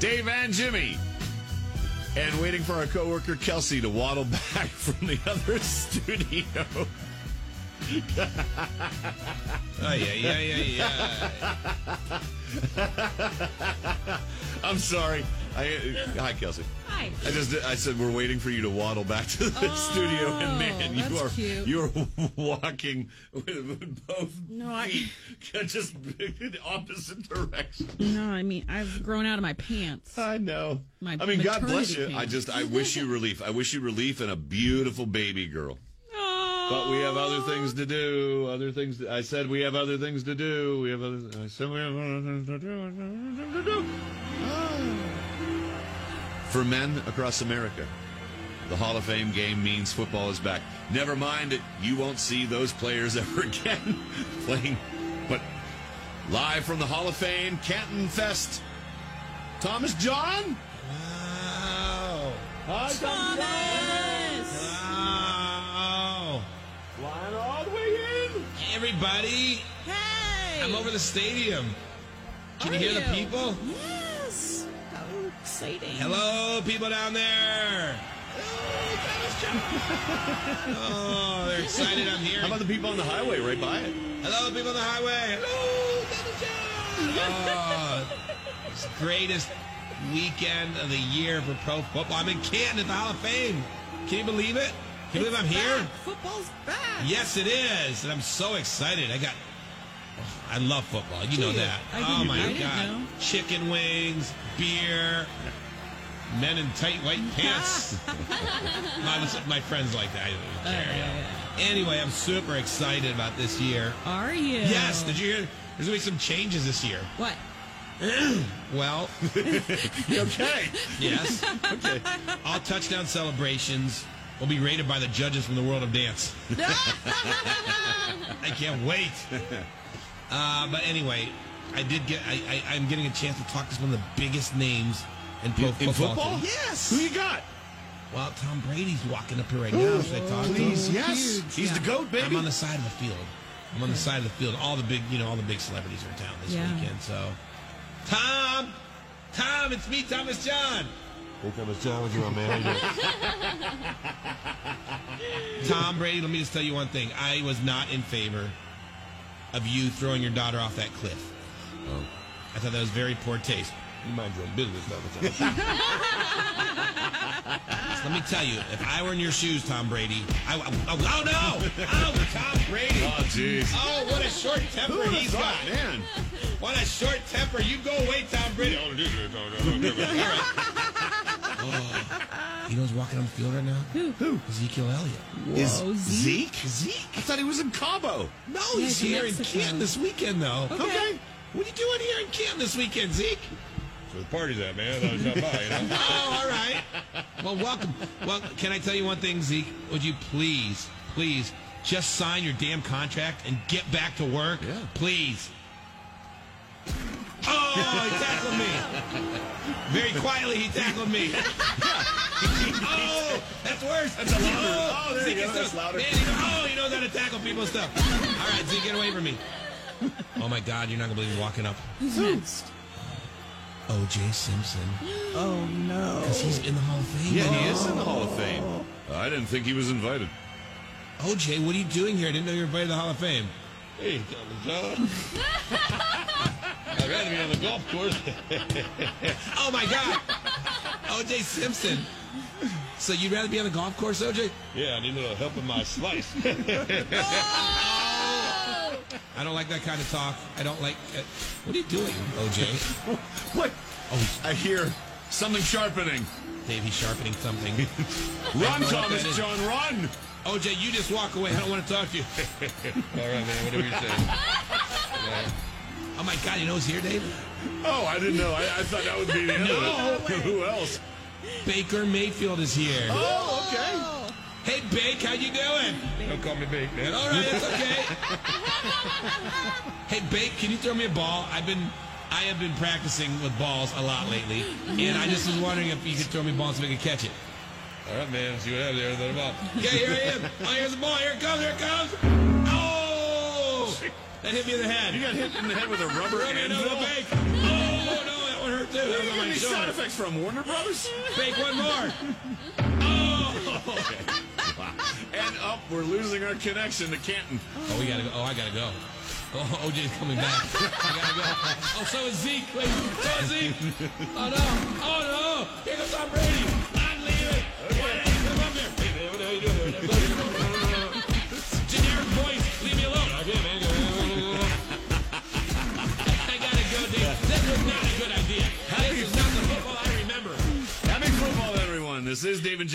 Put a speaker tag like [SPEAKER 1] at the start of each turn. [SPEAKER 1] Dave and Jimmy. And waiting for our coworker Kelsey to waddle back from the other studio.
[SPEAKER 2] Oh, yeah, yeah, yeah, yeah.
[SPEAKER 1] I'm sorry. I, hi, Kelsey.
[SPEAKER 3] Hi. Oh,
[SPEAKER 1] I just I said we're waiting for you to waddle back to the studio, and man, you
[SPEAKER 3] that's
[SPEAKER 1] are
[SPEAKER 3] cute.
[SPEAKER 1] you are walking with both
[SPEAKER 3] No, I-
[SPEAKER 1] feet just in opposite directions.
[SPEAKER 3] No, I mean I've grown out of my pants.
[SPEAKER 1] I know.
[SPEAKER 3] My
[SPEAKER 1] I mean, God
[SPEAKER 3] maternity
[SPEAKER 1] bless you.
[SPEAKER 3] pain.
[SPEAKER 1] I just I wish you relief. I wish you relief and a beautiful baby girl.
[SPEAKER 3] Oh,
[SPEAKER 1] But we have other things to do. Other things. To, I said we have other things to do. We have other. I said we have other things to do. other things to do. For men across America, the Hall of Fame game means football is back. Never mind that you won't see those players ever again playing. But live from the Hall of Fame, Canton Fest, Thomas John.
[SPEAKER 2] Wow.
[SPEAKER 1] Hi,
[SPEAKER 3] Thomas!
[SPEAKER 2] Wow.
[SPEAKER 1] Flying all the way in.
[SPEAKER 2] Everybody,
[SPEAKER 3] Hey!
[SPEAKER 2] I'm over the stadium. Can you
[SPEAKER 3] Are
[SPEAKER 2] hear the
[SPEAKER 3] you?
[SPEAKER 2] people?
[SPEAKER 3] Yes. Oh, exciting.
[SPEAKER 2] Hello, people down there. Oh, they're excited. I'm here.
[SPEAKER 1] How about the people on the highway right by it?
[SPEAKER 2] Hello, people on the highway. Hello, Dennis Jones. Oh, it's the greatest weekend of the year for pro football. I'm in Canton at the Hall of Fame. Can you believe it? Can you believe I'm here?
[SPEAKER 3] Back. Football's back.
[SPEAKER 2] Yes, it is, and I'm so excited. I got. I love football. You know
[SPEAKER 3] Do you?
[SPEAKER 2] that.
[SPEAKER 3] I
[SPEAKER 2] oh
[SPEAKER 3] didn't-
[SPEAKER 2] my
[SPEAKER 3] I didn't
[SPEAKER 2] god!
[SPEAKER 3] know.
[SPEAKER 2] Chicken wings, beer, men in tight white pants. my, my friends like that. I don't
[SPEAKER 3] Uh,
[SPEAKER 2] care. yeah. Anyway, I'm super excited about this year.
[SPEAKER 3] Are you?
[SPEAKER 2] Yes, did you hear? There's gonna be some changes this year.
[SPEAKER 3] What?
[SPEAKER 2] Well,
[SPEAKER 1] Okay.
[SPEAKER 2] yes. okay. All touchdown celebrations will be rated by the judges from the world of dance. I can't wait. Uh, but anyway, I did get. I, I, I'm getting a chance to talk to some of the biggest names in pro
[SPEAKER 1] In
[SPEAKER 2] football.
[SPEAKER 1] football?
[SPEAKER 2] Yes.
[SPEAKER 1] Who you got?
[SPEAKER 2] Well, Tom Brady's walking up here right now. Should I talk to him?
[SPEAKER 1] yes. He's the goat, baby.
[SPEAKER 2] I'm on the side of the field. I'm on the side of the field. All the big, you know, all the big celebrities are in town this
[SPEAKER 3] Yeah.
[SPEAKER 2] weekend. So, Tom, Tom, it's me, Thomas John. Tom Brady, let me just tell you one thing. I was not in favor of you throwing your daughter off that cliff. I thought that was very poor taste. Oh. You mind your own business, Thomas John. let me tell you, if I were in your shoes, Tom Brady, I, I, oh no, oh Tom Brady,
[SPEAKER 1] oh, jeez.
[SPEAKER 2] oh what a short temper
[SPEAKER 1] Who
[SPEAKER 2] he's
[SPEAKER 1] would've
[SPEAKER 2] got.
[SPEAKER 1] thought, man.
[SPEAKER 2] What a short temper. You go away, Tom Brady. All right. You know who's walking on the field right now? Who? Who? Ezekiel Elliott.
[SPEAKER 1] Is
[SPEAKER 3] Whoa,
[SPEAKER 1] Zeke?
[SPEAKER 3] Zeke?
[SPEAKER 1] Zeke? I thought he was in Cabo.
[SPEAKER 2] No,
[SPEAKER 3] Yeah,
[SPEAKER 2] he's
[SPEAKER 3] he's in
[SPEAKER 2] here in
[SPEAKER 3] Mexico.
[SPEAKER 2] Canton this weekend, though.
[SPEAKER 3] Okay.
[SPEAKER 2] What are you doing here in Canton this weekend, Zeke?
[SPEAKER 4] So the party's at, man. I was not by, you know.
[SPEAKER 2] Oh, all right. Well, welcome. Well, can I tell you one thing, Zeke? Would you please, please, just sign your damn contract and get back to work?
[SPEAKER 1] Yeah.
[SPEAKER 2] Please. Oh, he tackled me. Very quietly, he tackled me. oh, that's worse. That's
[SPEAKER 1] louder. Oh, there you go. That's louder.
[SPEAKER 2] Man, he knows- oh, he knows how to tackle people and stuff. All right, Zeke, get away from me. Oh, my God, you're not going to believe me walking up.
[SPEAKER 3] Who's next?
[SPEAKER 2] O.J. Simpson.
[SPEAKER 3] Oh no.
[SPEAKER 2] Because he's in the Hall of Fame.
[SPEAKER 1] Yeah, he is in the Hall of Fame. I didn't think he was invited.
[SPEAKER 2] OJ, Oh, what are you doing here? I didn't know you were invited to the Hall of Fame.
[SPEAKER 4] Hey, Thomas John. I'd rather be on the golf course.
[SPEAKER 2] Oh my God, OJ Simpson. So you'd rather be on the golf course, OJ?
[SPEAKER 4] Yeah, I need a little help with my slice.
[SPEAKER 2] I don't like that kind of talk. I don't like. Uh, what are you doing, OJ?
[SPEAKER 1] What?
[SPEAKER 2] Oh,
[SPEAKER 1] I hear Something sharpening.
[SPEAKER 2] Dave, he's sharpening something.
[SPEAKER 1] Run,
[SPEAKER 2] Don't let
[SPEAKER 1] Thomas
[SPEAKER 2] it-
[SPEAKER 1] John, run!
[SPEAKER 2] OJ, you just walk away. I don't want to talk to you.
[SPEAKER 4] All right, man. Whatever you say.
[SPEAKER 2] Oh my God, you know who's here, Dave?
[SPEAKER 1] Oh, I didn't know. I, I thought that would be the end of it. Who else?
[SPEAKER 2] Baker Mayfield is here.
[SPEAKER 1] Oh, okay.
[SPEAKER 2] Hey, Bake, how you doing?
[SPEAKER 4] Don't call me big, man.
[SPEAKER 2] All right, that's okay. hey, Bake, can you throw me a ball? I've been, I have been practicing with balls a lot lately, and I just was wondering if you could throw me balls so I could catch it.
[SPEAKER 4] All right, man. See what happens there. Let him up.
[SPEAKER 2] Okay, here I am. Oh, here's the ball. Here it comes. Here it comes. Oh! That hit me in the head.
[SPEAKER 1] You got hit in the head with a rubber
[SPEAKER 2] Throw me another
[SPEAKER 1] anvil.
[SPEAKER 2] Bake. Oh no, that one hurt too. That
[SPEAKER 1] Where
[SPEAKER 2] was
[SPEAKER 1] you getting
[SPEAKER 2] on my
[SPEAKER 1] these side
[SPEAKER 2] shoulder.
[SPEAKER 1] effects from? Warner Brothers?
[SPEAKER 2] Bake one more.
[SPEAKER 1] And up, we're losing our connection to Canton.
[SPEAKER 2] Oh, we gotta go. Oh, I gotta go. Oh, OJ's coming back. I gotta go. Oh, so is Zeke. Wait, so is Zeke. Oh no. Oh no. Here comes Tom Brady. I'm leaving. Why did you come up here? Hey man, what are you doing? No, no, no, no, no. Generic voice. Leave me alone. Okay, man. I gotta go, dude. This was not a good idea. This is not the football I remember.
[SPEAKER 1] Happy football, everyone. This is David.